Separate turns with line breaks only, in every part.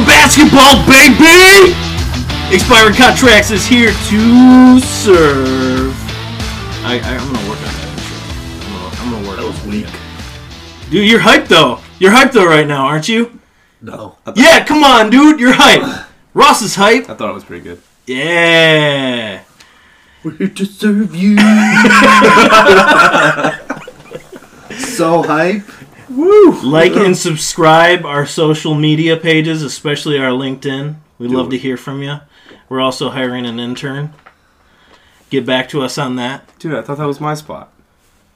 basketball, baby! Expiring Contracts is here to serve. I, I, am gonna work on that intro. I'm gonna, I'm gonna work
That was
on
weak.
Dude, you're hyped though. You're hyped though right now, aren't you?
No. I, th-
Yeah, come on, dude. You're hyped. Ross is hyped.
I thought it was pretty good.
Yeah.
We're here to serve you. so hype.
Woo! Like and subscribe our social media pages, especially our LinkedIn. We love to hear from you. We're also hiring an intern. Get back to us on that.
Dude, I thought that was my spot.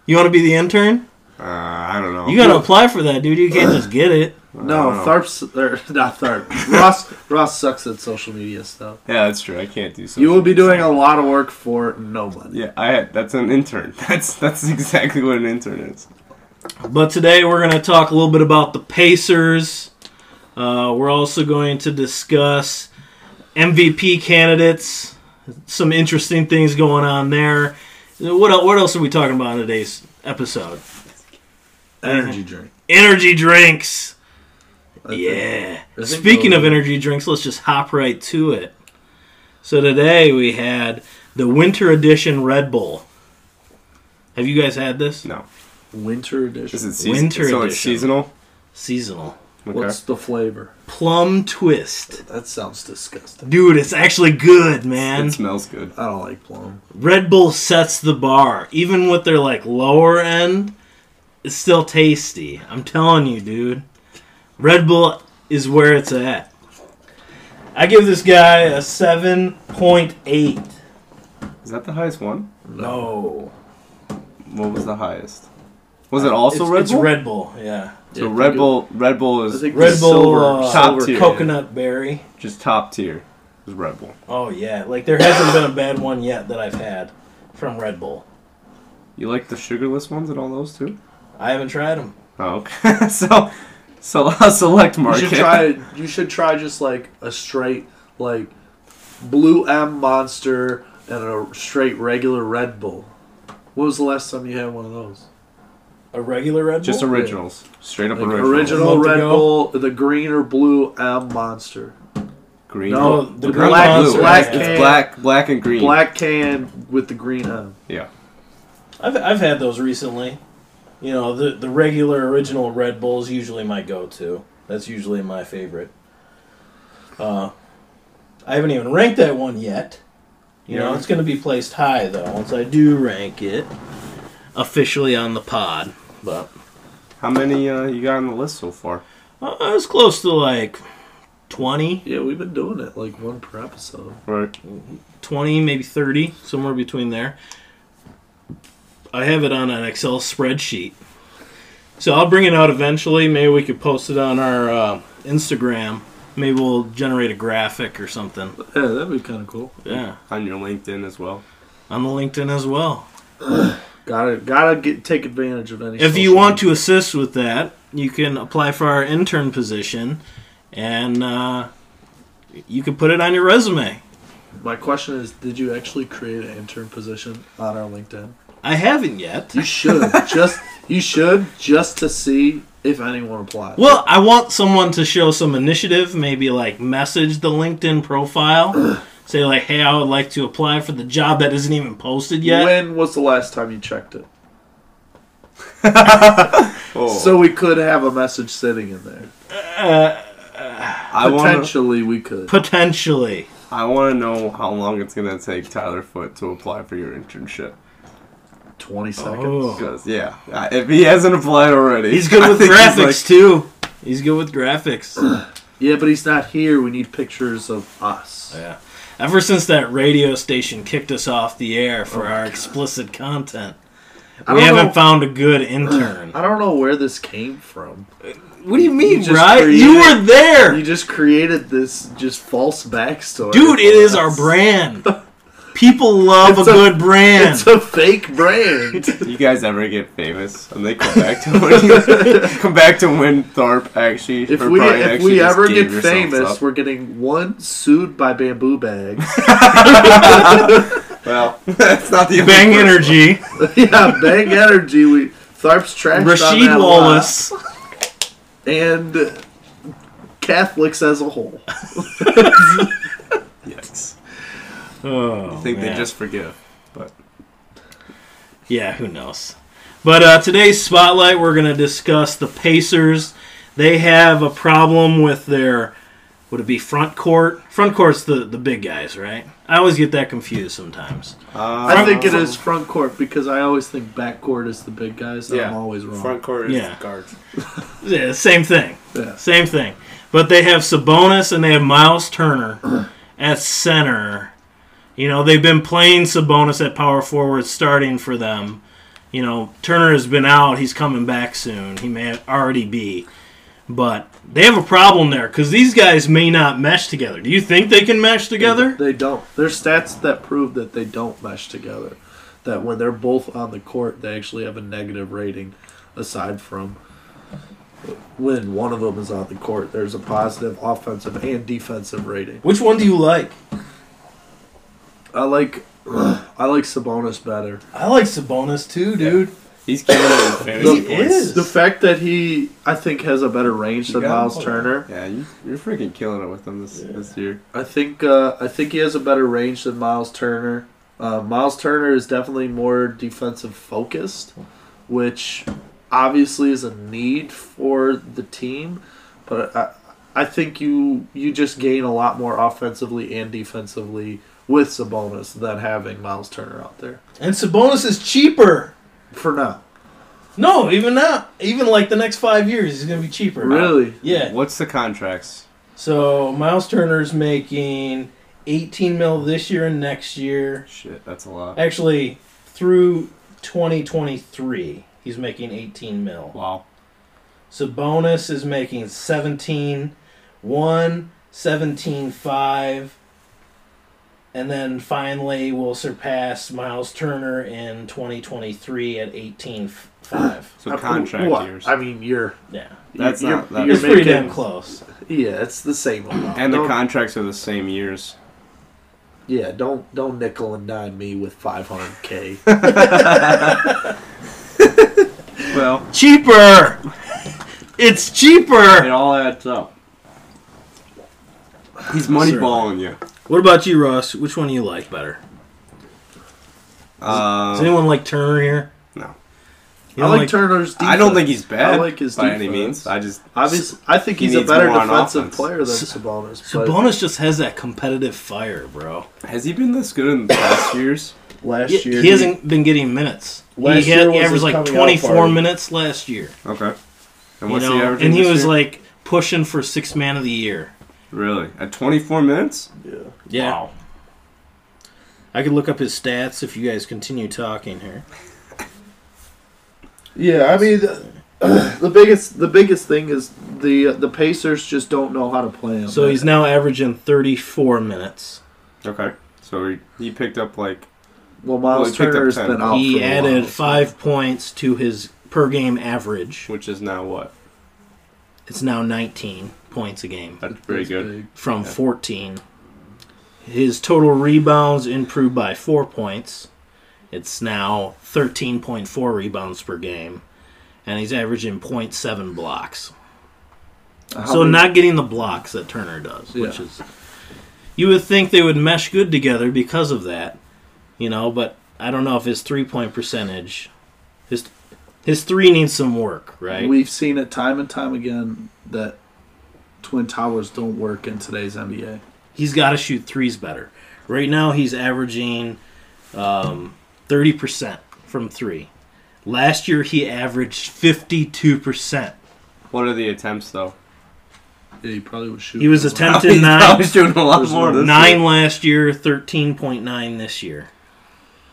You want to be the intern?
Uh, I don't know.
You got to apply for that, dude. You can't just get it.
No,
don't know.
Tharp's or not Tharp. Ross Ross sucks at social media stuff.
Yeah, that's true. I can't do so.
You will be doing a lot of work for no money.
Yeah, I. That's an intern. That's that's exactly what an intern is.
But today we're going to talk a little bit about the Pacers. Uh, we're also going to discuss MVP candidates, some interesting things going on there. What, el- what else are we talking about in today's episode?
Energy drink.
Energy drinks.
I think.
Yeah.
I think
Speaking
those-
of energy drinks, let's just hop right to it. So today we had the winter edition Red Bull. Have you guys had this?
No,
Winter edition.
is it seasonal?
Winter
so it's
edition.
seasonal.
Seasonal.
Okay.
What's the flavor?
Plum twist.
That sounds disgusting.
Dude, it's actually good, man.
it smells good.
I don't like plum.
Red Bull sets the bar. Even with their like lower end, it's still tasty. I'm telling you, dude. Red Bull is where it's at. I give this guy a 7.8.
Is that the highest one?
No.
What was the highest? Was it also
Uh, it's,
Red
it's
Bull?
Red Bull, yeah.
so Red Bull. Red Bull
I
is
think
Red
the
Bull,
silver-
uh,
Top
silver
tier.
can.
Coconut berry.
just top tier. Is Red Bull.
Oh yeah, like there hasn't been a bad one yet that I've had from Red Bull.
You like the sugarless ones and all those too?
I haven't tried them.
Oh, okay. so, so I'll select
You
market.
should try. You should try just like a straight like blue M monster and a straight regular Red Bull. What was the last time you had one of those?
A regular Red Bull.
Just originals. Straight up
Like
originals.
original
Month
Red
ago?
Bull, the green or blue M monster,
Green.
No,
the
It's
green
black,
ones
blue.
are
black
It's
can.
black, black and green.
black can with the green M.
Yeah.
I've I've had those recently. You know, the the regular original Red Bull is usually my go-to. That's usually my favorite. Uh, I haven't even ranked that one yet. You know,
Yeah.
it's going to be placed high though once I do rank it officially on the pod. But
How many uh, you got on the list so far?
uh, I was close to like 20,
Yeah, we've been doing it like one per episode.
Right.
20 maybe 30, somewhere between there. I have it on an Excel spreadsheet. So I'll bring it out eventually. Maybe we could post it on our uh, Instagram. Maybe we'll generate a graphic or something.
Yeah, that'd be kind of cool.
Yeah,
On your LinkedIn as well.
on the LinkedIn as well.
Gotta gotta get take advantage of any.
If you
social
want
media.
to assist with that, you can apply for our intern position, and uh, you can put it on your resume.
my question is, did you actually create an intern position on our LinkedIn?
I haven't yet.
You should just you should just to see if anyone applies.
Well, I want someone to show some initiative, maybe like message the LinkedIn profile, say like, "Hey, I would like to apply for the job that isn't even posted yet."
When was the last time you checked it?
Oh,
So we could have a message sitting in there.
I want to.
Potentially, we could.
Potentially,
I want to know how long it's gonna take Tyler Foot to apply for your internship.
Twenty seconds.
Oh.
Because yeah, I- if he hasn't applied already,
he's good
I
with
think he's
graphics
like-
too. He's good with graphics.
Yeah, but he's not here. We need pictures of us.
yeah. Ever since that radio station kicked us off the air for our explicit content,
I
we
don't
haven't
know-
found a good intern.
I don't know where this came from.
what do you mean,
just
right? You were
created-
there,
You just created this just false backstory.
dude. It
for
is
us.
our brand. People love
It's
a,
a-
good brand.
It's a fake brand.
You guys ever get famous and they come back to when you, come back to when Tharp actually
If
or
we
Brian
if
actually
we
just
ever
gave
get
yourselves
famous,
up.
we're getting one sued by bamboo bags.
well, that's not the only
Bang
person.
Energy,
yeah, Bang Energy. We Tharp's trash.
Rasheed Wallace.
and Catholics as a whole.
Yes.
Oh,
I think they
man.
just forgive. But
Yeah, who knows? But uh, today's spotlight, we're going to discuss the Pacers. They have a problem with their, would it be front court? Front court's the, the big guys, right? I always get that confused sometimes.
I think
uh,
it is front court because I always think back court is the big guys. and
Yeah.
I'm always wrong.
Front court is
Yeah.
the guards.
Yeah, same thing.
Yeah.
Same thing. But they have Sabonis and they have Miles Turner at center. You know, they've been playing Sabonis at power forward starting for them. You know, Turner has been out. He's coming back soon. He may already be. But they have a problem there because these guys may not mesh together. Do you think they can mesh together?
They don't. There's stats that prove that they don't mesh together. That when they're both on the court, they actually have a negative rating, aside from when one of them is on the court. There's a positive offensive and defensive rating.
Which one do you like?
I like, I like Sabonis better.
I like Sabonis too, dude.
He's killing it in fantasy
He
points.
is.
The fact that he, I think, has a better range than
You got
Miles
him.
Turner.
Yeah, you, you're freaking killing it with them this this year.
I think, uh, I think he has a better range than Miles Turner. Uh, Miles Turner is definitely more defensive focused, which obviously is a need for the team. But I, I think you you just gain a lot more offensively and defensively with Sabonis than having Miles Turner out there
And Sabonis is cheaper.
for now.
No, even not. Even like the next five years, he's going to be cheaper.
Really,
Yeah.
What's the contracts?
So Miles Turner's making 18 mil this year and next year.
Shit, that's a lot.
Actually, through 2023, he's making 18 mil.
Wow.
Sabonis is making 17, 1, 17, 5. And then finally, will surpass Miles Turner in 2023 at 18, 5.
So
I-
contract
Uh, what?
years.
I mean, you're
Yeah.
That's
you're,
not- that
you're
It's pretty
making-
damn close.
Yeah, it's the same amount.
and the
Don't-
contracts are the same years.
Yeah, don't don't nickel and dime me with 500k.
Well,
Cheaper! It's
it
cheaper!
all adds up. He's moneyballing you.
What about you, Ross? Which one do you like better? Does
Um,
Uh,
anyone like Turner here?
no,
You
I
don't
like, Turner's. Defense.
I don't think he's bad
I like his
by any
defense.
means. I just
Obviously, I think
He
he's a
needs
better
more on
defensive
offense.
player than
S-
Sabonis. but
Sabonis just has that competitive fire, bro.
has he been this good in the past years?
last
He,
year
he hasn't been getting minutes.
Last
he,
year
had,
was
he
his
averaged like
coming out
24
party.
minutes last year.
Okay. And
You
what's
know?
the average?
and he
this
was
year?
like pushing for six man of the year.
really at 24 minutes.
Yeah.
Yeah.
Wow.
I could look up his stats if you guys continue talking here.
Yeah, I mean, the, the biggest the biggest thing is the the Pacers just don't know how to play him.
So he's now averaging 34 minutes.
Okay. So he, he picked up like
well,
well, he
Miles
picked up
Turner's
10.
been out.
he
for a while,
added
so-
five points to his per game average.
which is now what?
It's now 19 points a game.
That's pretty
He's
good.
big.
from 14. His total rebounds improved by four points. It's now 13.4 rebounds per game, and he's averaging 0.7 blocks.
How
so
many-
not getting the blocks that Turner does, which
Yeah.
is you would think they would mesh good together because of that, you know. But I don't know if his three point percentage, his his three needs some work, right?
We've seen it time and time again that twin towers don't work in today's NBA.
he's got to shoot threes better. Right now, he's averaging um, thirty percent from three. Last year, he averaged fifty-two percent.
What are the attempts though?
Yeah, he probably was shooting.
He was
a ten.
attempting
He's
nine,
probably shooting a lot
There's
more this
nine
year.
last year, thirteen point nine this year.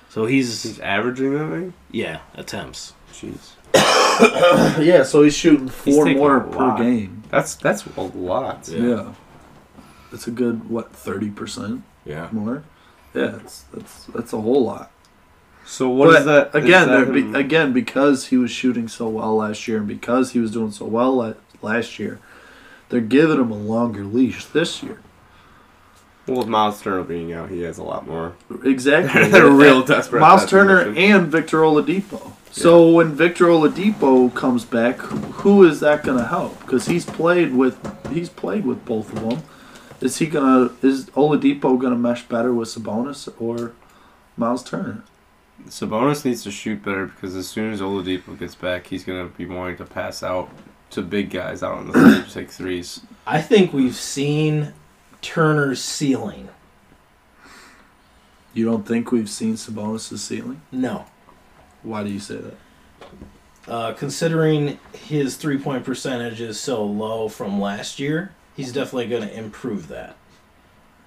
So he's
He's averaging that thing.
yeah attempts.
Jeez.
Yeah, so he's shooting four
taking
more
a
per
lot.
game.
That's that's a lot.
Yeah.
Yeah. It's a good what, thirty percent
Yeah,
more? Yeah, it's that's that's a whole lot.
So what is
But
that? is
Again,
that
there
in-
be, again because he was shooting so well last year and because he was doing so well la- last year, they're giving him a longer leash this year.
well, with Miles Turner being out, he has a lot more.
Exactly.
They're real desperate at
Miles
that
Turner
position.
and Victor Oladipo. So when Victor Oladipo comes back, who is that going to help? Because he's played with he's played with both of them. Is he gonna is Oladipo gonna mesh better with Sabonis or Miles Turner?
Sabonis needs to shoot better because as soon as Oladipo gets back, he's gonna be wanting to pass out to big guys out on the three, take threes.
I think we've seen Turner's ceiling.
You don't think we've seen Sabonis' ceiling?
No.
Why do you say that?
Uh, considering his three point percentage is so low from last year, he's
Mhm.
definitely going to improve that.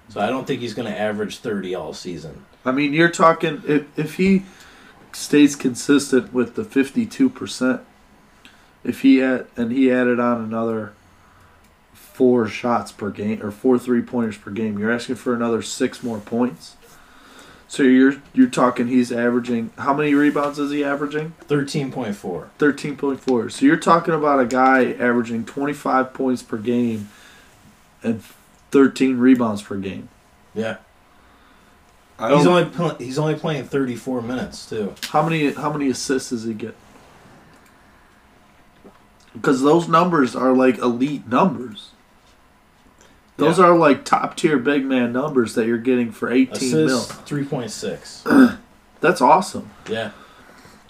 So I don't think he's going to average 30 all season.
I mean, you're talking if if he stays consistent with the 52 percent, if he had and he added on another four shots per game or four three pointers per game, you're asking for another six more points. So you're you're talking he's averaging how many rebounds is he averaging?
13.4.
13.4. So you're talking about a guy averaging 25 points per game and 13 rebounds per game.
Yeah.
I
He's
don't-
only pl- he's only playing 34 minutes too.
How many how many assists does he get? Because those numbers are like elite numbers. Those
Yeah.
are like top tier big man numbers that you're getting for 18
Assists
mil.
3.6.
That's awesome.
yeah.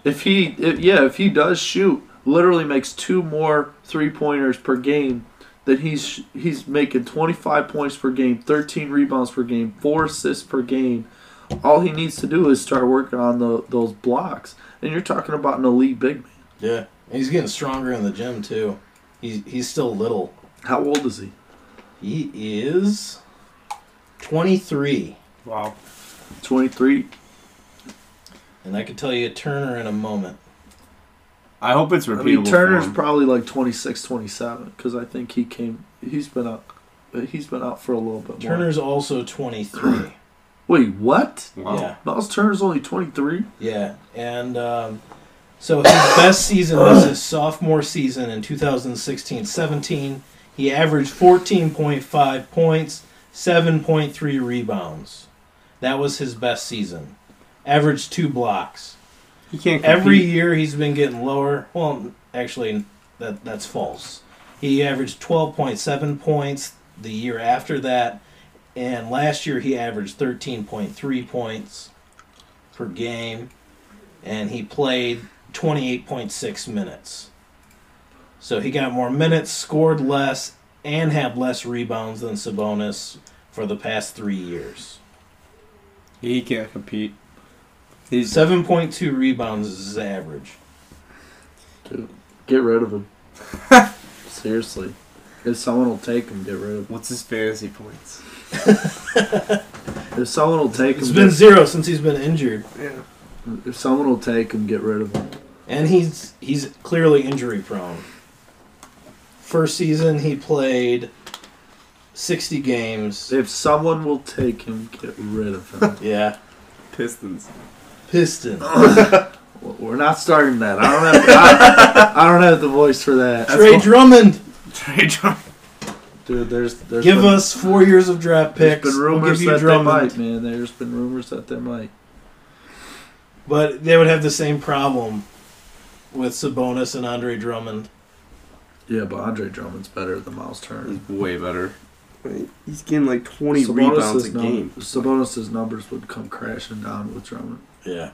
If he, if, yeah, if he does shoot, literally makes two more three pointers per game, then he's he's making 25 points per game, 13 rebounds per game, four assists per game. All he needs to do is start working on the, those blocks, and you're talking about an elite big man.
Yeah. And he's getting stronger in the gym too. He's he's still little.
How old is he?
He is 23.
wow.
23.
And I can tell you Turner in a moment.
I hope it's
I
repeatable.
mean, Turner's
for him.
probably like 26, 27 because I think he came. He's been out. He's been out for a little bit more.
Turner's also 23.
Wait, what?
wow.
Yeah.
Miles Turner's only 23.
Yeah. And um, so his best season was his sophomore season in 2016 17. He averaged 14.5 points, 7.3 rebounds. That was his best season. Averaged two blocks.
He can't compete.
Every year he's been getting lower. Well, actually, that that's false. He averaged 12.7 points the year after that, and last year he averaged 13.3 points per game, and he played 28.6 minutes. So he got more minutes, scored less, and had less rebounds than Sabonis for the past three years.
he can't compete. He's
7.2 rebounds is his average.
Dude, get rid of him. Seriously. If someone will take him, get rid of him.
what's his fantasy points?
If someone will take
It's
him,
been
get,
zero since he's been injured.
Yeah.
if someone will take him, get rid of him.
and he's he's clearly injury prone. First season he played 60 games.
If someone will take him, get rid of him.
Yeah,
Pistons.
Piston.
Oh, W- We're not starting that. I don't have. I, I don't have the voice for that,
Trey Drummond,
Trey John.
dude. There's. there's
give
been,
us four years of draft
There's
picks.
been
We'll
rumors
give you
that they
Drummond.
might, man. There's been rumors that they might.
But they would have the same problem with Sabonis and Andre Drummond.
Yeah, but Andre Drummond's better than Miles Turner.
He's way better. He's getting like 20
Sabonis's
rebounds a
num-
game.
Sabonis's numbers would come crashing down with Drummond,
Yeah.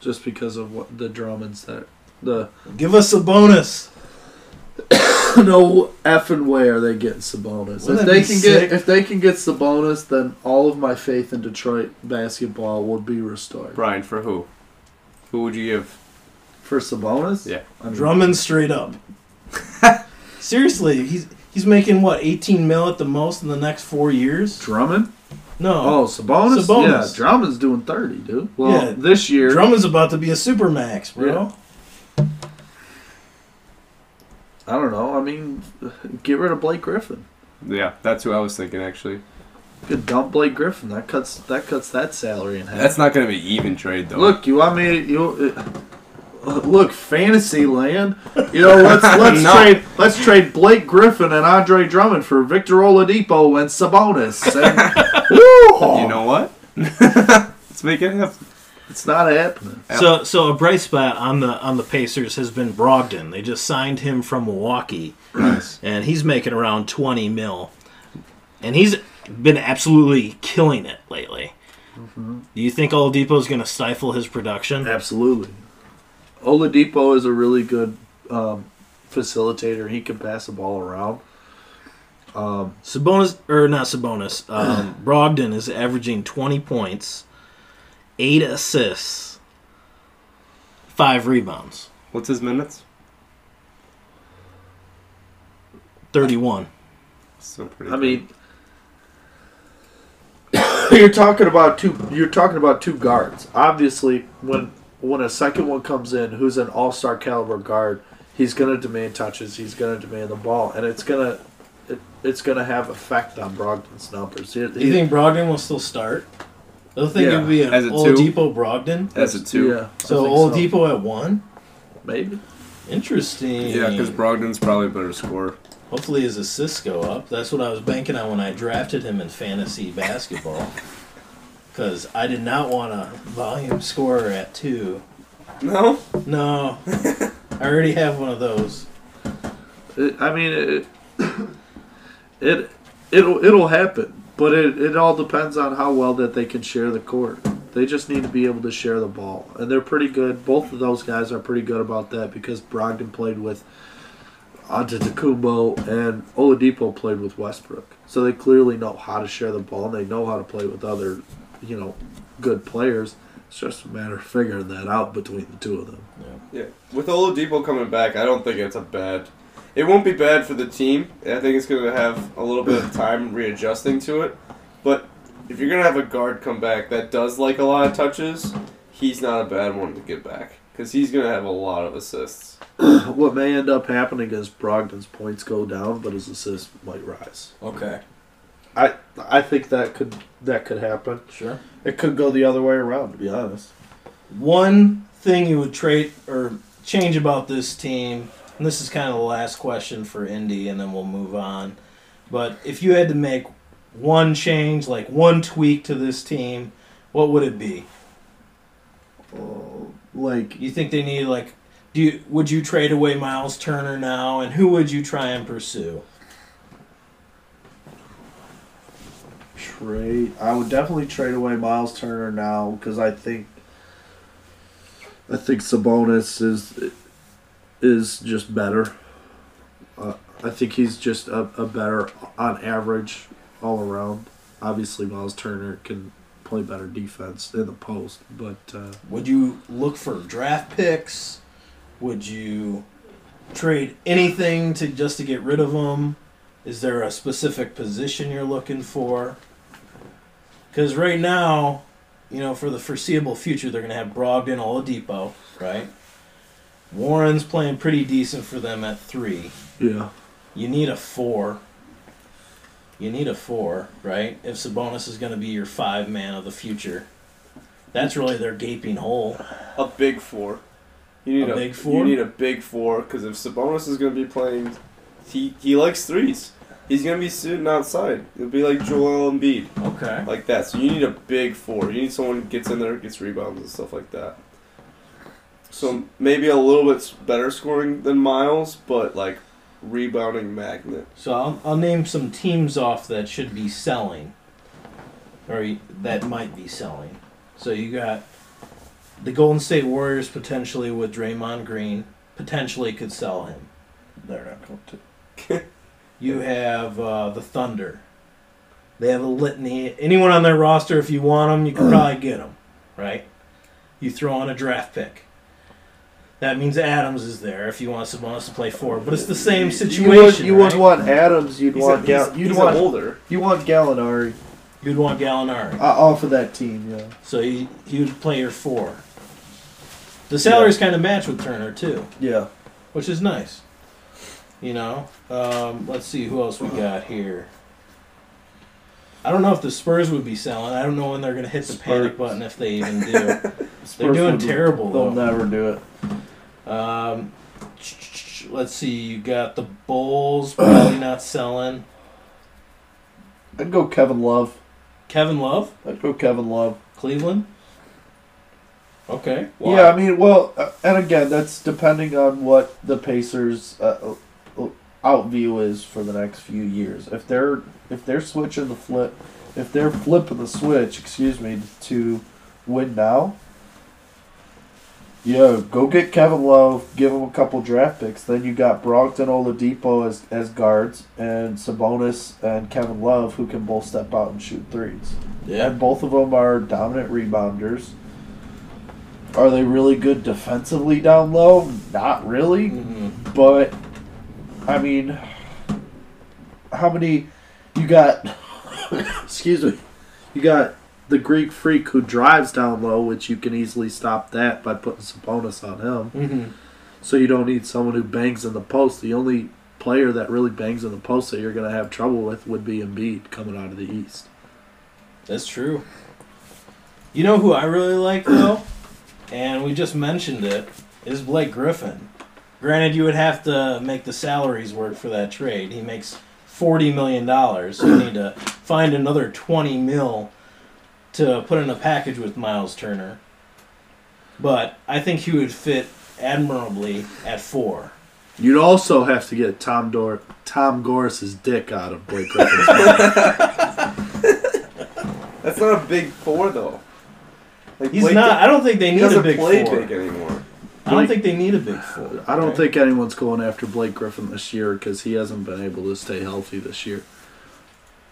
just because of what the Drummonds that the
Give us Sabonis.
no effing way are they getting Sabonis.
Wouldn't that
if they
be
can
sick?
get if they can get Sabonis, then all of my faith in Detroit basketball would be restored.
Brian, for who? Who would you give?
For Sabonis,
Yeah.
I mean,
Drummond straight up. Seriously, he's he's making what 18 mil at the most in the next 4 years?
Drummond.
No.
Oh, Sabonis.
Sabonis.
Yeah, Drummond's doing thirty, dude. Well,
Yeah.
this year,
Drummond's about to be a supermax, bro.
Yeah. I don't know. I mean, get rid of Blake Griffin.
Yeah, that's who I was thinking actually.
You could dump Blake Griffin. That cuts that cuts that salary in half.
That's not going to be even trade though.
Look, you want me? To, you uh, look, fantasy land. You know, let's let's
No.
trade let's trade Blake Griffin and Andre Drummond for Victor Oladipo and Sabonis. And, Woo!
you know what? Let's make it happen.
It's not happening.
So, so a bright spot on the on the Pacers has been Brogdon. They just signed him from Milwaukee,
Nice.
and he's making around twenty mil, and he's been absolutely killing it lately. Do you think Oladipo's going to stifle his production?
Absolutely. Oladipo is a really good um, facilitator. He can pass the ball around. Um,
Sabonis or not Sabonis? Um, Brogdon is averaging twenty points, eight assists, five rebounds,
What's his minutes?
thirty-one.
Still pretty.
I
good.
mean, you're talking about two. You're talking about two guards. Obviously, when when a second one comes in, who's an all star caliber guard, he's going to demand touches. He's going to demand the ball, and it's going to it, it's going to have effect on Brogdon's numbers. He-
Do you
he-
think Brogdon will still start? I don't think
Yeah,
it would be an
as a two.
Oladipo Brogdon.
as a two.
Yeah, I
So
think
Oladipo at one.
maybe.
Interesting.
Yeah, because Brogdon's probably a better scorer.
hopefully his assists go up. That's what I was banking on when I drafted him in fantasy basketball. Because I did not want a volume scorer at two.
No.
No, I already have one of those.
It, I mean, it, it it'll it'll happen, but it, it all depends on how well that they can share the court. They just need to be able to share the ball, and they're pretty good. Both of those guys are pretty good about that because Brogdon played with Antetokounmpo and Oladipo played with Westbrook, so they clearly know how to share the ball and they know how to play with other, you know, good players. It's just a matter of figuring that out between the two of them.
Yeah. With Oladipo coming back, I don't think it's a bad. It won't be bad for the team. I think it's going to have a little bit of time readjusting to it. But if you're going to have a guard come back that does like a lot of touches, he's not a bad one to get back because he's going to have a lot of assists.
What may end up happening is Brogdon's points go down, but his assists might rise.
Okay,
I I think that could that could happen.
sure.
It could go the other way around, to be honest.
One thing you would trade or change about this team, and this is kind of the last question for Indy, and then we'll move on. But if you had to make one change, like one tweak to this team, what would it be?
Like
You think they need like? Do you, would you trade away Miles Turner now, and who would you try and pursue?
trade, I would definitely trade away Miles Turner now because I think I think Sabonis is is just better. Uh, I think he's just a, a better on average all around. Obviously, Miles Turner can play better defense in the post, but. Uh,
Would you look for draft picks? Would you trade anything to just to get rid of them? Is there a specific position you're looking for? Because right now, you know, for the foreseeable future, they're going to have Brogdon, Oladipo, right? Warren's playing pretty decent for them at three.
Yeah.
You need a four. You need a four, right? If Sabonis is going to be your five man of the future, that's really their gaping hole.
A big four. You need
A
a,
big four?
You need a big four because if Sabonis is going to be playing, he, he likes threes. He's going to be sitting outside. It'll be like Joel Embiid.
Okay.
like that. So you need a big four. You need someone who gets in there, gets rebounds and stuff like that. So maybe a little bit better scoring than Miles, but like rebounding magnet.
So I'll, I'll name some teams off that should be selling, or y- that might be selling. So you got the Golden State Warriors potentially with Draymond Green potentially could sell him. They're not going to. you have uh, the Thunder. They have a litany. Anyone on their roster, if you want them, you can probably get them, right? You throw in a draft pick. That means Adams is there if you want Sabonis to play forward. But it's the same situation.
You would, you
right?
would want Adams. You'd
He's, a,
want
he's,
Gal- you'd
he's
want
a holder.
you want Gallinari
You'd want Gallinari.
uh, off of that team. Yeah.
So he, he would play your four. The salaries kind of match with Turner, too,
Yeah.
which is nice. You know? Um, let's see who else we got here. I don't know if the Spurs would be selling. I don't know when they're going to hit the panic
Spurs.
button if they even do.
Spurs
they're doing
would be-
terrible,
They'll
though.
never do it.
Um, let's see. You got the Bulls probably not selling.
I'd go Kevin Love.
Kevin Love,
I'd go Kevin Love.
Cleveland. Okay.
Yeah, I mean, well, uh, and again, that's depending on what the Pacers' uh, uh, outview is for the next few years. If they're if they're switching the flip, if they're flipping the switch, excuse me, to win now. Yeah, go get Kevin Love, give him a couple draft picks. Then you got Brogdon, Oladipo as as guards, and Sabonis and Kevin Love who can both step out and shoot threes.
Yeah.
And both of them are dominant rebounders. Are they really good defensively down low? Not really.
hmm
But, I mean, how many. You got. excuse me. You got the Greek freak who drives down low, which you can easily stop that by putting Sabonis on him.
hmm
So you don't need someone who bangs in the post. The only player that really bangs in the post that you're going to have trouble with would be Embiid coming out of the East.
That's true. You know who I really like though, and we just mentioned it, is Blake Griffin. Granted, you would have to make the salaries work for that trade. He makes forty million dollars. So you need to find another twenty mil to put in a package with Miles Turner. But I think he would fit admirably at four.
You'd also have to get Tom Dor- Tom Gorris's dick out of Blake Griffin's mouth.
That's not a big four though. Like
He's
Blake
not. I don't think they
He
need a
doesn't
big
play
four.
big anymore.
I don't think
Blake-
they need a big four.
I don't
Okay.
think anyone's going after Blake Griffin this year because he hasn't been able to stay healthy this year.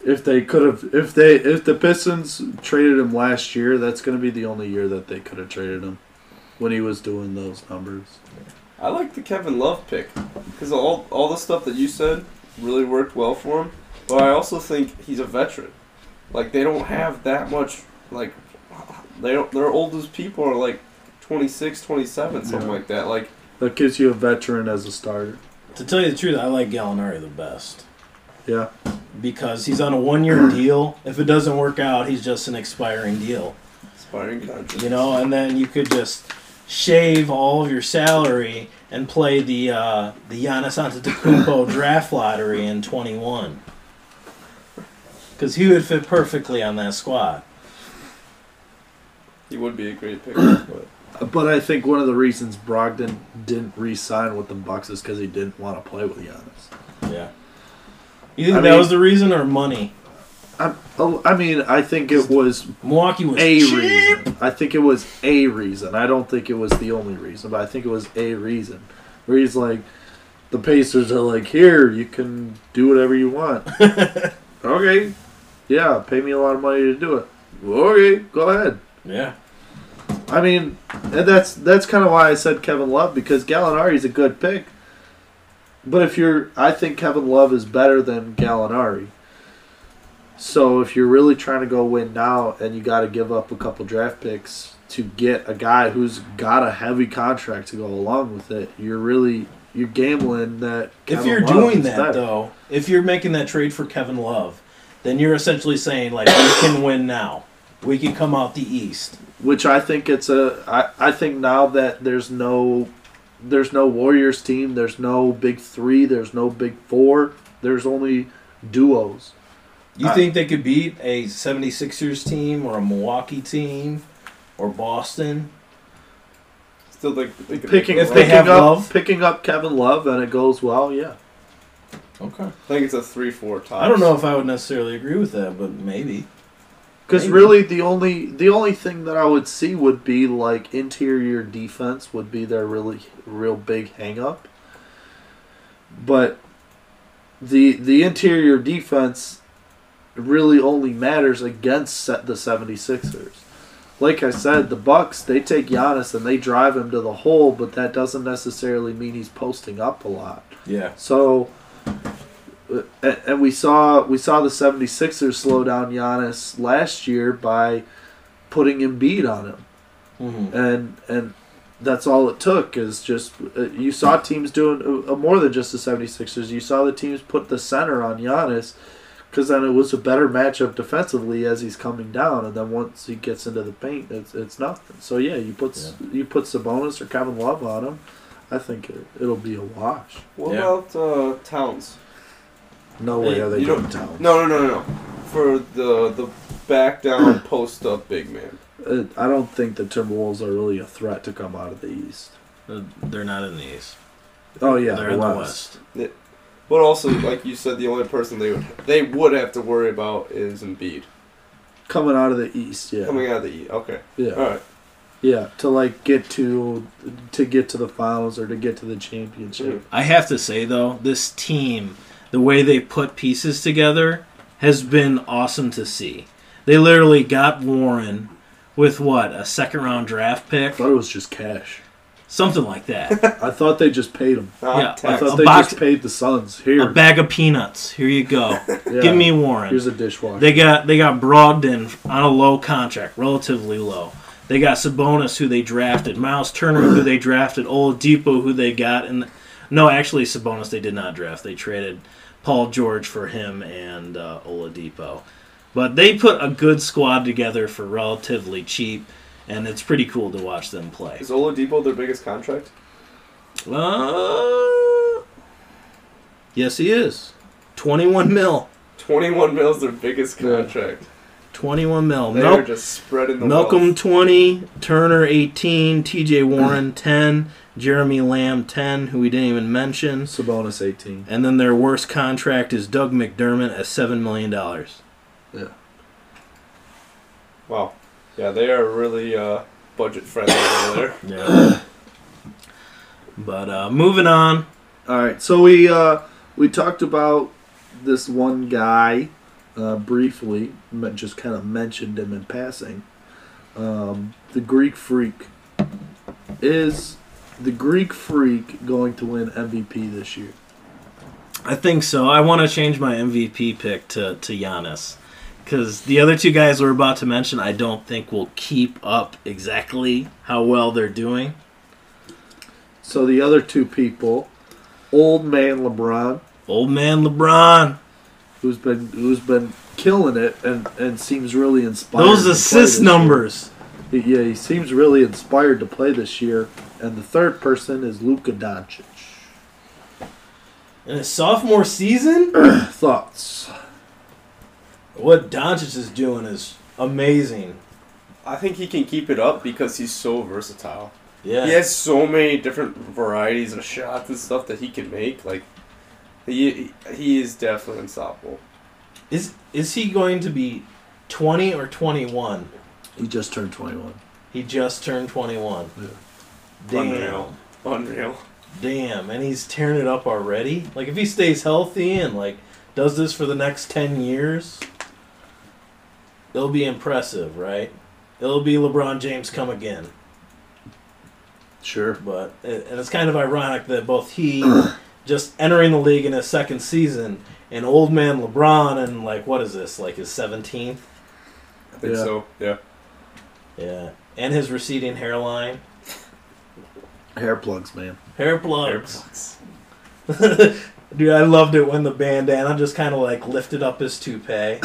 If they could have, if they, if the Pistons traded him last year, that's going to be the only year that they could have traded him when he was doing those numbers.
I like the Kevin Love pick because all all the stuff that you said really worked well for him. But I also think he's a veteran. Like they don't have that much. Like they don't. Their oldest people are like 26, 27, something
Yeah.
like that. Like
That gives you a veteran as a starter.
To tell you the truth, I like Gallinari the best.
Yeah,
because he's on a one year deal. If it doesn't work out, he's just an expiring deal,
aspiring contract.
you know. And then you could just shave all of your salary and play the uh, the Giannis Antetokounmpo draft lottery in 21, because he would fit perfectly on that squad.
He would be a great pick. but
but I think one of the reasons Brogdon didn't re-sign with the Bucks is because he didn't want to play with Giannis.
Yeah. You think
I
that
mean-
was the reason or money?
I, oh, I mean, I think it was
Milwaukee was
a
cheap.
reason. I think it was a reason. I don't think it was the only reason, but I think it was a reason. Where he's like, the Pacers are like, here, you can do whatever you want. okay. Yeah, pay me a lot of money to do it. Okay, go ahead.
Yeah.
I mean, and that's that's kind of why I said Kevin Love because Gallinari's a good pick. But if you're, I think Kevin Love is better than Gallinari. So if you're really trying to go win now, and you got to give up a couple draft picks to get a guy who's got a heavy contract to go along with it, you're really you're gambling that.
If
Kevin
you're
Love
doing
is
that
better.
though, if you're making that trade for Kevin Love, then you're essentially saying like we can win now. We can come out the East.
which I think it's a I, I think now that there's no there's no Warriors team, there's no big three, there's no big four, there's only duos.
You
I-
think they could beat a 76ers team or a Milwaukee team or Boston?
still think they could
Picking
make
If
it
they
work.
picking
have
up
love?
picking up Kevin Love and it goes well, yeah.
Okay.
I think it's a three-four tie.
I don't know if I would necessarily agree with that, but maybe.
Because
Maybe.
really the only the only thing that I would see would be like interior defense would be their really real big hang up. But the the interior defense really only matters against set the 76ers. Like I said, the Bucks they take Giannis and they drive him to the hole, but that doesn't necessarily mean he's posting up a lot.
Yeah.
So, uh, and and we saw we saw the 76ers slow down Giannis last year by putting Embiid on him,
hmm
Mm-hmm.
and and that's all it took is just uh, you saw teams doing uh, uh, more than just the 76ers. You saw the teams put the center on Giannis because then it was a better matchup defensively as he's coming down, and then once he gets into the paint, it's it's nothing. So yeah, you put S you put Sabonis or Kevin Love on him. I think it, it'll be a wash.
What
Yeah.
about uh, Towns?
No
Hey,
way are they
you
going
don't-
to tell.
No, no, no, no, no. For the the back down post up big man.
uh, I don't think the Timberwolves are really a threat to come out of the East.
Uh,
Mm-hmm.
They're not in the East.
Oh yeah,
They're
the
in the
West.
West.
But also, like you said, the only person they would they would have to worry about is Embiid
Coming out of the East, yeah,
coming out of the E. Okay,
yeah,
all right.
yeah. To like get to to get to the finals or to get to the
Mm.
championship.
I have to say though, this team, the way they put pieces together, has been awesome to see. They literally got Warren with what a second round draft
I
pick,
thought it was just cash.
something like that.
I thought they just paid him.
Not
Yeah, I
I
tax.
thought
A
they
box-
just paid the Suns.
a
Here,
bag of peanuts. Here you go.
yeah.
Give me Warren.
Here's a dishwasher.
They got they got Brogdon on a low contract, relatively low. They got Sabonis, who they drafted, Miles Turner, who they drafted, Oladipo, who they got, and no, actually Sabonis they did not draft. They traded Paul George for him and uh, Oladipo, but they put a good squad together for relatively cheap, and it's pretty cool to watch them play.
Is Oladipo their biggest contract?
Uh,
Yes, he is.
Twenty-one mil,
Twenty-one mils their biggest
Yeah.
contract.
twenty-one mil.
They
Nope.
are just spreading the
Malcolm
wealth.
20, Turner 18, TJ Warren 10, Jeremy Lamb 10, who we didn't even mention.
Sabonis eighteen.
And then their worst contract is Doug McDermott at $7 million.
Wow. Yeah, they are really uh, budget friendly over there.
Yeah. but uh, moving on.
All right, so we uh, we talked about this one guy uh, briefly, men- just kind of mentioned him in passing. Um, the Greek Freak is the Greek Freak going to win MVP this year?
I think so. I want to change my MVP pick to, to Giannis. Because the other two guys we're about to mention, I don't think will keep up exactly how well they're doing.
So the other two people, old man LeBron,
Old man LeBron.
who's been who's been killing it and and seems really inspired. to
Those
play
assist
this year.
numbers.
He- Yeah, he seems really inspired to play this year. And the third person is Luka Doncic.
In his sophomore season?
Thoughts?
What Doncic is doing is amazing.
I think he can keep it up because he's so versatile.
Yeah.
He has so many different varieties of shots and stuff that he can make. Like, he he is definitely unstoppable.
Is is he going to be 20 or 21?
He just turned 21.
He just turned 21.
Yeah.
Damn.
Unreal. Unreal.
Damn, and he's tearing it up already. Like if he stays healthy and like does this for the next 10 years, it'll be impressive, right? It'll be LeBron James come again.
Sure.
But it, and it's kind of ironic that both he just entering the league in his second season and old man LeBron and like what is this? Like his 17th?
I think
Yeah.
so. Yeah.
Yeah. And his receding hairline.
Hair plugs, man.
Hair
Oh,
plugs. Dude, I loved it when the bandana just kind of like lifted up his toupee.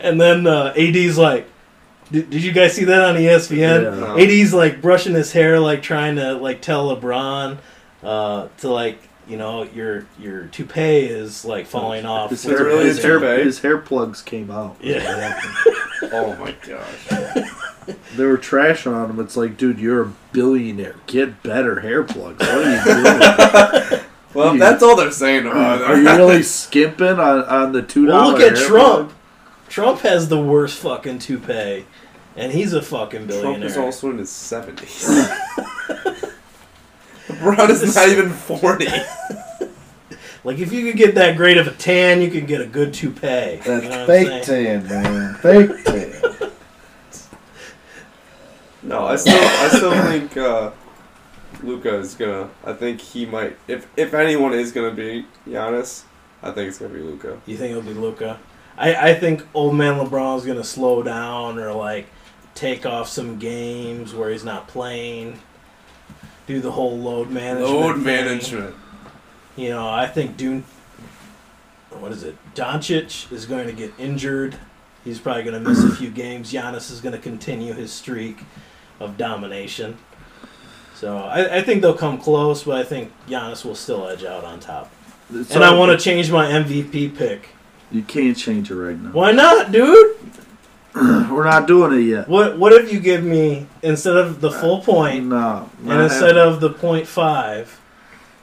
and then uh, AD's like, did, did you guys see that on E ESPN?
Uh-huh.
Yeah.
AD's like brushing his hair, like trying to like tell LeBron uh, to like, you know, your your toupee is like falling off.
His
It's
hair,
really
his,
a
hair,
survey.
his hair plugs came out.
Yeah.
Oh my gosh.
They were trashing on him. It's like, dude, you're a billionaire. Get better hair plugs. What are you doing?
Well,
Dude.
that's all they're saying about it.
are you really skimping on, on the $2
Well, look at
hair
Trump.
plug?
Trump has the worst fucking toupee, and he's a fucking billionaire.
Trump is also in his seventies. LeBron is not even forty.
Like if you could get that great of a tan, you could get a good toupee. You know what I'm
That's fake
saying?
tan, man. Fake tan.
No, I still I still think uh, Luca is gonna. I think he might. If if anyone is gonna be Giannis, I think it's gonna be Luca.
You think it'll be Luca? I, I think old man LeBron is gonna slow down or like take off some games where he's not playing. Do the whole load management.
Load
thing.
management.
You know, I think Dune. What is it? Doncic is going to get injured. He's probably going to miss a few games. Giannis is going to continue his streak of domination. So I, I think they'll come close, but I think Giannis will still edge out on top.
It's
and I
all-
want to change my MVP pick.
You can't change it right now.
Why not, dude?
We're not doing it yet.
What What if you give me instead of the full point
No.
and instead
uh,
of the point five,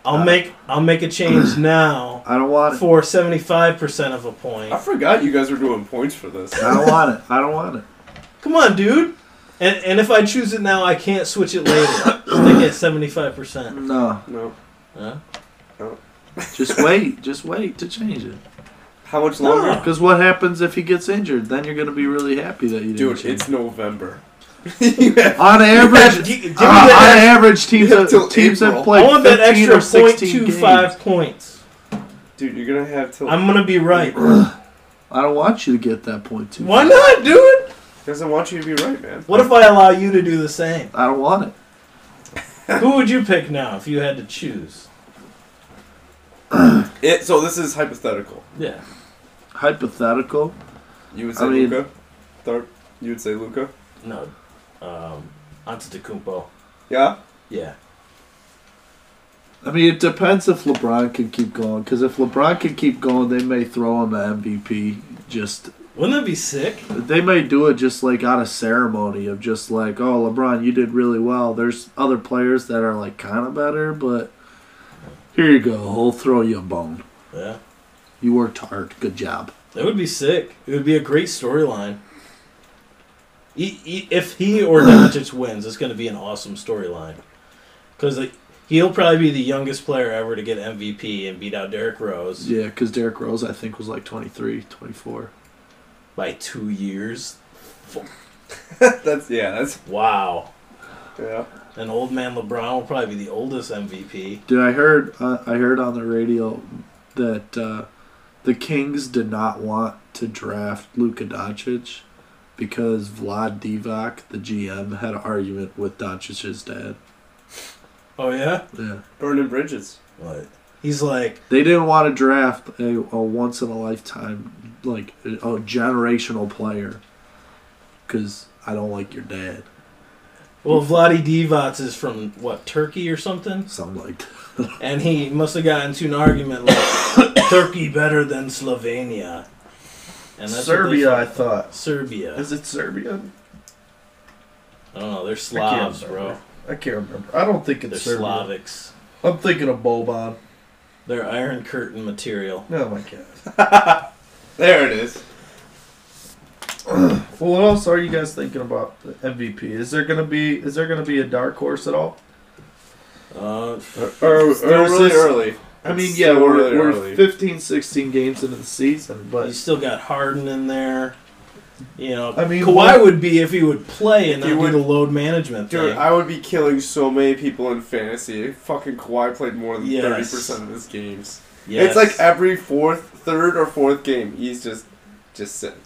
I'll
Uh,
make I'll make a change now
I don't want it.
for seventy five percent of a point.
I forgot you guys were doing points for this.
I don't want it. I don't want it.
Come on, dude. And, and if I choose it now, I can't switch it later. Stick at seventy five percent.
No.
No.
Just wait. Just wait to change it.
How much longer?
Because what happens if he gets injured? Then you're going to be really happy that you didn't
Dude,
change.
it's November. You have-
on average.
Give me
uh,
that
on average, teams
You have till
that, teams
April.
that play
I want that
15
extra
or 16
0.25
games.
points.
Dude, you're gonna have to.
I'm gonna be right.
I don't want you to get that point two.
Why not, dude?
doesn't want you to be right, man.
What if I allow you to do the same?
I don't want it.
Who would you pick now if you had to choose?
It, so this is hypothetical.
Yeah.
Hypothetical.
You would
I
say
mean-
Luca. Thor, you would say Luca.
No. Um, Antetokounmpo.
Yeah.
Yeah.
I mean, it depends if LeBron can keep going. Because if LeBron can keep going, they may throw him an MVP. Just
Wouldn't that be sick?
they may do it just like on a ceremony of just like, oh, LeBron, you did really well. There's other players that are like kind of better, but here you go. We'll throw you a bone.
Yeah.
You worked hard. Good job.
That would be sick. It would be a great storyline. E- e- If he or Doncic wins, it's going to be an awesome storyline. Because like, he'll probably be the youngest player ever to get MVP and beat out Derrick Rose
Yeah, because Derrick Rose, I think, was like 23, 24.
by two years.
That's yeah. That's
Wow.
yeah.
And old man LeBron will probably be the oldest MVP.
Dude, I heard uh, I heard on the radio that uh, the Kings did not want to draft Luka Doncic because Vlad Divac, the GM, had an argument with Doncic's dad.
Oh, yeah?
Yeah,
Burning bridges.
What? He's like,
they didn't want to draft a, a once in a lifetime, like a a generational player, because I don't like your dad,
well, Vladi Divac is from, what, Turkey or something?
something like. That.
and he must have gotten into an argument like Turkey better than Slovenia. And what they
I thought.
thought. Serbia.
it Serbia?
I don't know. They're Slavs, bro.
I can't remember. I don't think
They're Slavics.
I'm thinking of Boban.
They're Iron Curtain material.
Oh my god.
There it is.
Well, what else are you guys thinking about the MVP? Is there gonna be is there gonna be a dark horse at all?
Uh,
Or,
Still really
really early.
I mean,
It's
yeah,
still
we're,
really
we're
early.
15, 16 games into the season,
you
but
still got Harden in there. You know,
I mean,
Kawhi
what-
would be if he would play and
He
not do
would-
the load management
Dude,
thing.
I would be killing so many people in fantasy. if Fucking Kawhi played more than
Yes.
thirty percent of his games.
Yes.
It's like every fourth, third or fourth game, he's just, just sitting,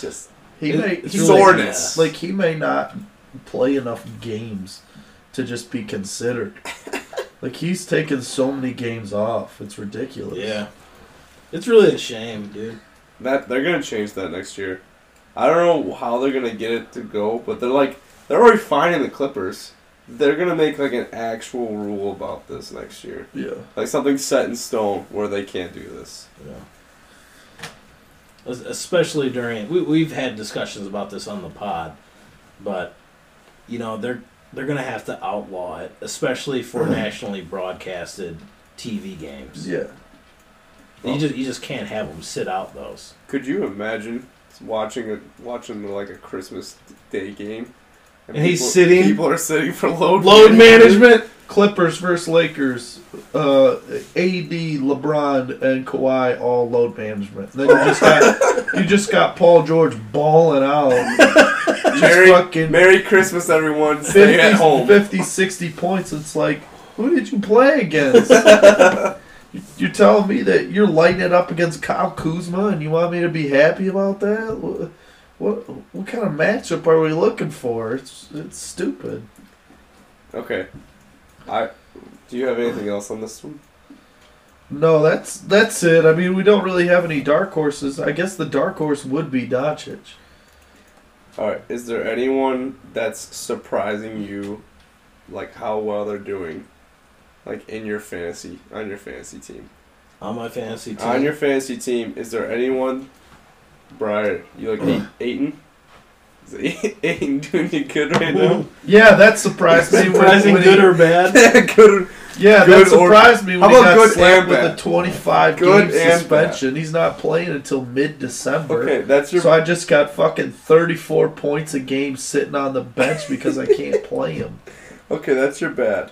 just
he
It-
may
it's
he
really-
may,
soreness.
like he may not play enough games to just be considered. like he's taken so many games off, it's ridiculous.
yeah. It's really a shame, dude.
That they're gonna change that next year. I don't know how they're gonna get it to go, but they're like they're already finding the Clippers. They're gonna make like an actual rule about this next year,
yeah.
like something set in stone where they can't do this.
Yeah. Es- Especially during we we've had discussions about this on the pod, but you know they're they're gonna have to outlaw it, especially for nationally broadcasted TV games.
Yeah.
You just you just can't have them sit out those.
Could you imagine watching a watching like a Christmas day game?
And he's sitting-
People are sitting for load.
Load management.
Clippers versus Lakers, uh, AD, LeBron, and Kawhi all load management. Then you just got you just got Paul George balling out,
Merry,
fucking-
Merry Christmas, everyone. Stay at
50,
home.
50, 60 points. It's like, who did you play against? You're telling me that you're lighting it up against Kyle Kuzma, and you want me to be happy about that? What what, what kind of matchup are we looking for? It's it's stupid.
Okay. I. Do you have anything else on this one?
No, that's that's it. I mean, we don't really have any dark horses. I guess the dark horse would be Doncic.
All right. Is there anyone that's surprising you, like how well they're doing, like in your fantasy on your fantasy team?
On my fantasy team,
On your fantasy team, is there anyone? Brian, you like Ay- Aiton? He ain't doing you good right now.
Yeah, that surprised me. when-
Surprising
when he-
good or bad?
good.
Yeah,
Good
that
or-
surprised me when
How
he
about
got
good
slammed
and
with
bad?
a 25
Good
game
and
suspension. He's not playing until mid December.
Okay, that's your.
So I just got fucking 34 points a game sitting on the bench because I can't play him.
Okay, that's your bad.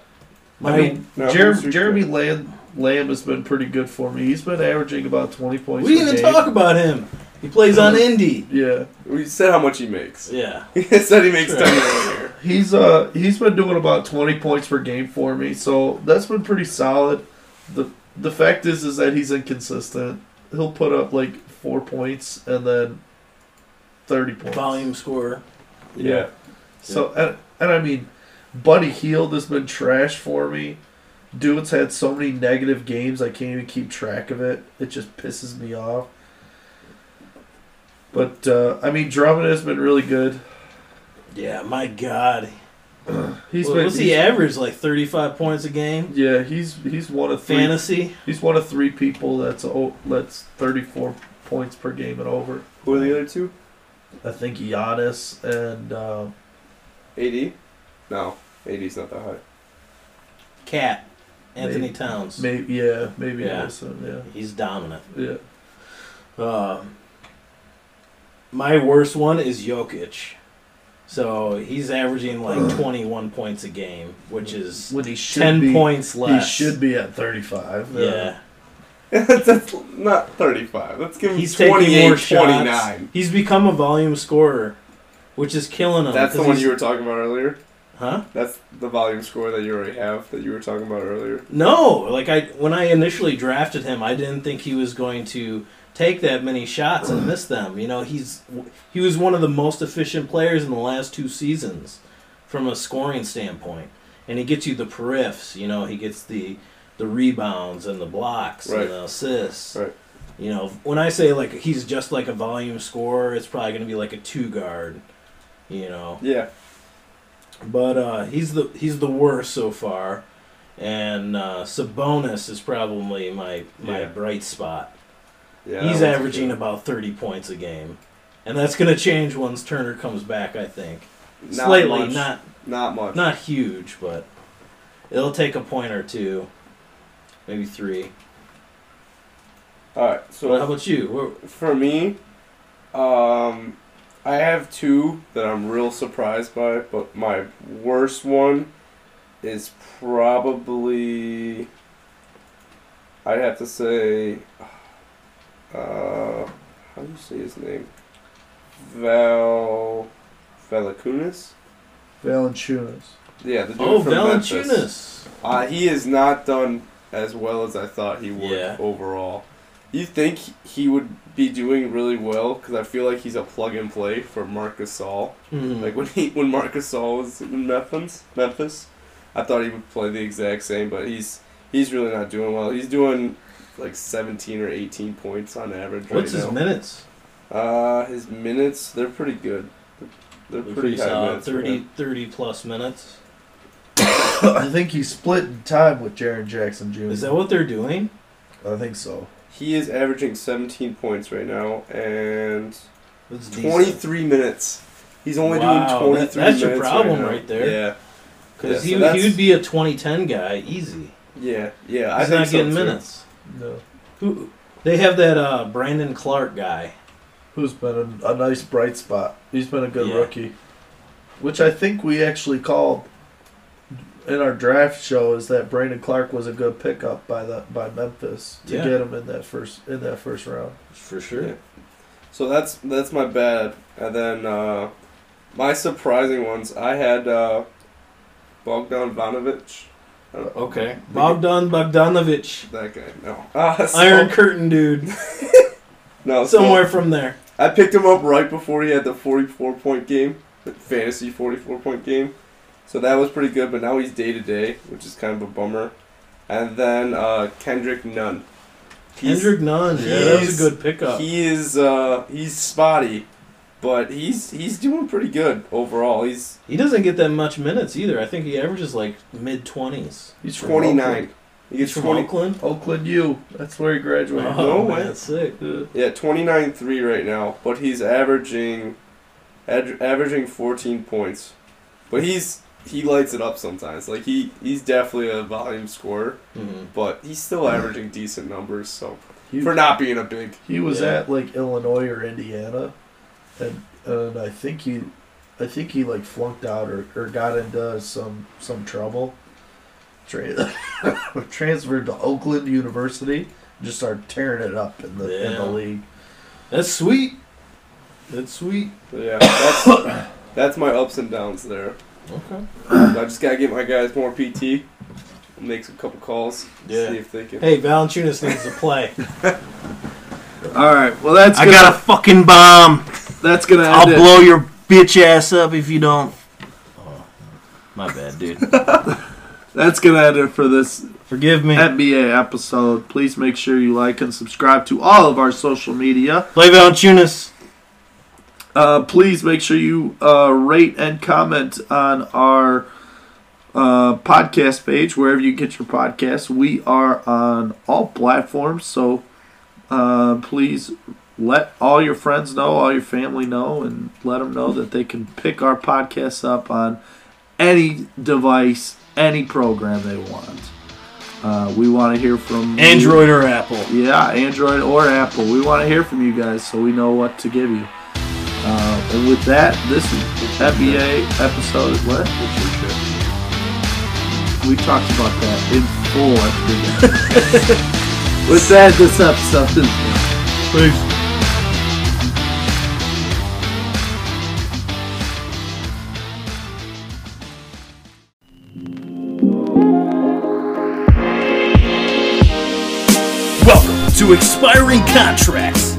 I mean,
No,
Jer-
that's your
Jeremy
good.
Lamb, Lamb has been pretty good for me. He's been averaging about 20 points
We
per
didn't even
game.
talk about him. He plays on Indy.
Yeah,
We said how much he makes.
Yeah.
He said he makes
Sure.
ten million a year.
he's uh he's been doing about 20 points per game for me. So that's been pretty solid. The the fact is is that he's inconsistent. He'll put up like 4 points and then 30 points.
Volume scorer.
Yeah.
So and, and I mean, Buddy Heald has been trash for me. Dude's had so many negative games I can't even keep track of it. It just pisses me off. But uh, I mean, Drummond has been really good.
Yeah, my God.
He's
Well,
been
what's he
he's-
average? Like 35 points a game?
Yeah, he's he's one of three.
Fantasy?
He's one of three people that's oh, that's thirty four points per game and over.
Who are the other two?
I think Giannis and uh,
AD. No, AD's not that high.
Cat. Anthony
Maybe.
Towns.
maybe yeah maybe
Yeah.
Addison,
He's dominant.
yeah yeah.
Um, my worst one is Jokic. So he's averaging like 21 points a game, which is
When he should
10
be,
points less.
He should be at 35.
Yeah.
that's not thirty-five. Let's give him
He's taking
28,
more shots.
29.
He's become a volume scorer, which is killing him.
That's the
'cause
one
he's-
you were talking about earlier.
Huh?
That's the volume score that you already have that you were talking about earlier.
No, like I when I initially drafted him, I didn't think he was going to take that many shots and miss them. You know, he's he was one of the most efficient players in the last two seasons from a scoring standpoint. And he gets you the periffs, you know, he gets the the rebounds and the blocks
Right.
and the assists.
Right.
You know, when I say like he's just like a volume scorer, it's probably going to be like a two guard, you know.
Yeah.
But uh, he's the he's the worst so far, and uh, Sabonis is probably my my
Yeah.
bright spot.
Yeah.
he's
that one's
averaging
good.
about thirty points a game, and that's gonna change once Turner comes back. I think
Not
slightly,
much.
not
Not much.
not huge, but it'll take a point or two, maybe three.
All right. So
How about you? Where-
For me, um, I have two that I'm real surprised by, but my worst one is probably. I'd have to say. Uh, how do you say his name? Val. Valakunas?
Valanciunas.
Yeah, the dude
Oh,
from Memphis.
Valanciunas.
Uh, he has not done as well as I thought he would
Yeah.
overall. You think he would be doing really well because I feel like he's a plug and play for Marcus Saul.
Hmm.
Like when he when Marcus Saul was in Memphis, Memphis, I thought he would play the exact same, but he's he's really not doing well. He's doing like seventeen or eighteen points on average
What's
right
his
now.
minutes?
uh, his minutes they're pretty good. They're,
They're
pretty, high minutes. for him.
30, 30 uh, plus minutes.
I think he's splitting time with Jaron Jackson Jr.
Is that what they're doing?
I think so.
He is averaging seventeen points right now, and
That's decent.
23 minutes. He's only
Wow,
doing 23
that- that's your
minutes
problem
now.
right there.
Yeah. Yeah,
Because
so
he,
that's-
he would be a 2010 guy, easy.
Yeah. Yeah.
He's
I think
not
so,
getting
too.
minutes.
No.
Who? They have that uh, Brandon Clark guy.
Who's been a, a nice bright spot? He's been a good
Yeah.
rookie. Which I think we actually called in our draft show is that Brandon Clark was a good pickup by the by Memphis to
Yeah.
get him in that first in that first round.
For sure.
Yeah. So that's that's my bad. And then uh, my surprising ones, I had uh, Bogdan Vanovich. I don't-
Okay. Bogdan Bogdanovic.
That guy. No. Uh, so-
Iron Curtain dude.
No. so
Somewhere from there.
I picked him up right before he had the 44 point game, the fantasy 44 point game. So that was pretty good, but now he's day to day, which is kind of a bummer. And then uh, Kendrick Nunn. He's-
Kendrick Nunn. Yeah, that was
he's-
a good pickup.
He is uh, he's spotty, but he's he's doing pretty good overall. He's
He doesn't get that much minutes either. I think he averages like mid 20s.
He's from
29. He
He's
gets
from
20.
Oakland.
Oakland, Oakland U. That's where he graduated.
No
Oh, man,
way.
that's sick.
Yeah.
Yeah, 29 3 right now, but he's averaging ad- averaging 14 points. But he's he lights it up sometimes. Like he he's definitely a volume scorer,
Mm-hmm.
but he's still averaging decent numbers. So
He,
for not being a big,
he was
Yeah.
at like Illinois or Indiana, and and I think he, I think he like flunked out or, or got into some some trouble. Tra- transferred to Oakland University, just started tearing it up in the in
Yeah.
the league.
That's sweet. That's sweet.
yeah, that's that's my ups and downs there.
Okay.
So I just gotta get my guys more PT, make a couple calls,
Yeah.
see if they can.
Hey, Valanciunas needs to play.
All right, well that's
I got a fucking bomb.
that's gonna
I'll blow your bitch ass up if you don't. Oh, My bad, dude.
that's gonna end it for this
Forgive me.
NBA episode. Please make sure you like and subscribe to all of our social media.
Play Valanciunas.
Uh, please make sure you uh, rate and comment on our uh, podcast page, wherever you get your podcasts. We are on all platforms, so uh, please let all your friends know, all your family know, and let them know that they can pick our podcasts up on any device, any program they want. Uh, we want to hear from you.
Android or Apple.
Yeah, Android or Apple. We want to hear from you guys so we know what to give you. Uh, and with that, this is NBA episode. What? We talked about that in full. I think. with that, this episode is.
Peace. Welcome to Expiring Contracts,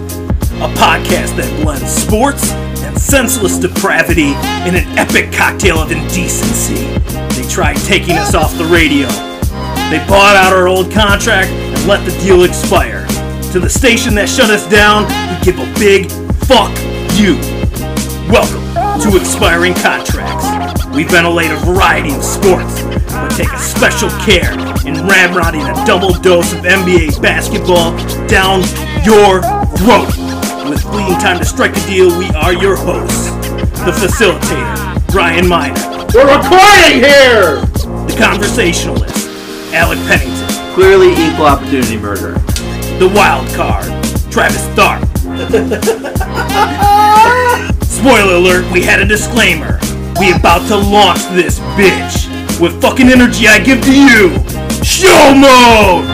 a podcast that blends sports and senseless depravity in an epic cocktail of indecency. They tried taking us off the radio. They bought out our old contract and let the deal expire. To the station that shut us down, we give a big fuck you. Welcome to Expiring Contracts. We ventilate a variety of sports, but take a special care in ramrodding a double dose of NBA basketball down your throat. With fleeting time to strike a deal, we are your hosts, the facilitator, Brian Miner.
We're recording here.
The conversationalist, Alec Pennington.
Clearly, equal opportunity murder.
The wild card, Travis Tharp. Spoiler alert, we had a disclaimer. We about to launch this bitch. With fucking energy I give to you. Show mode!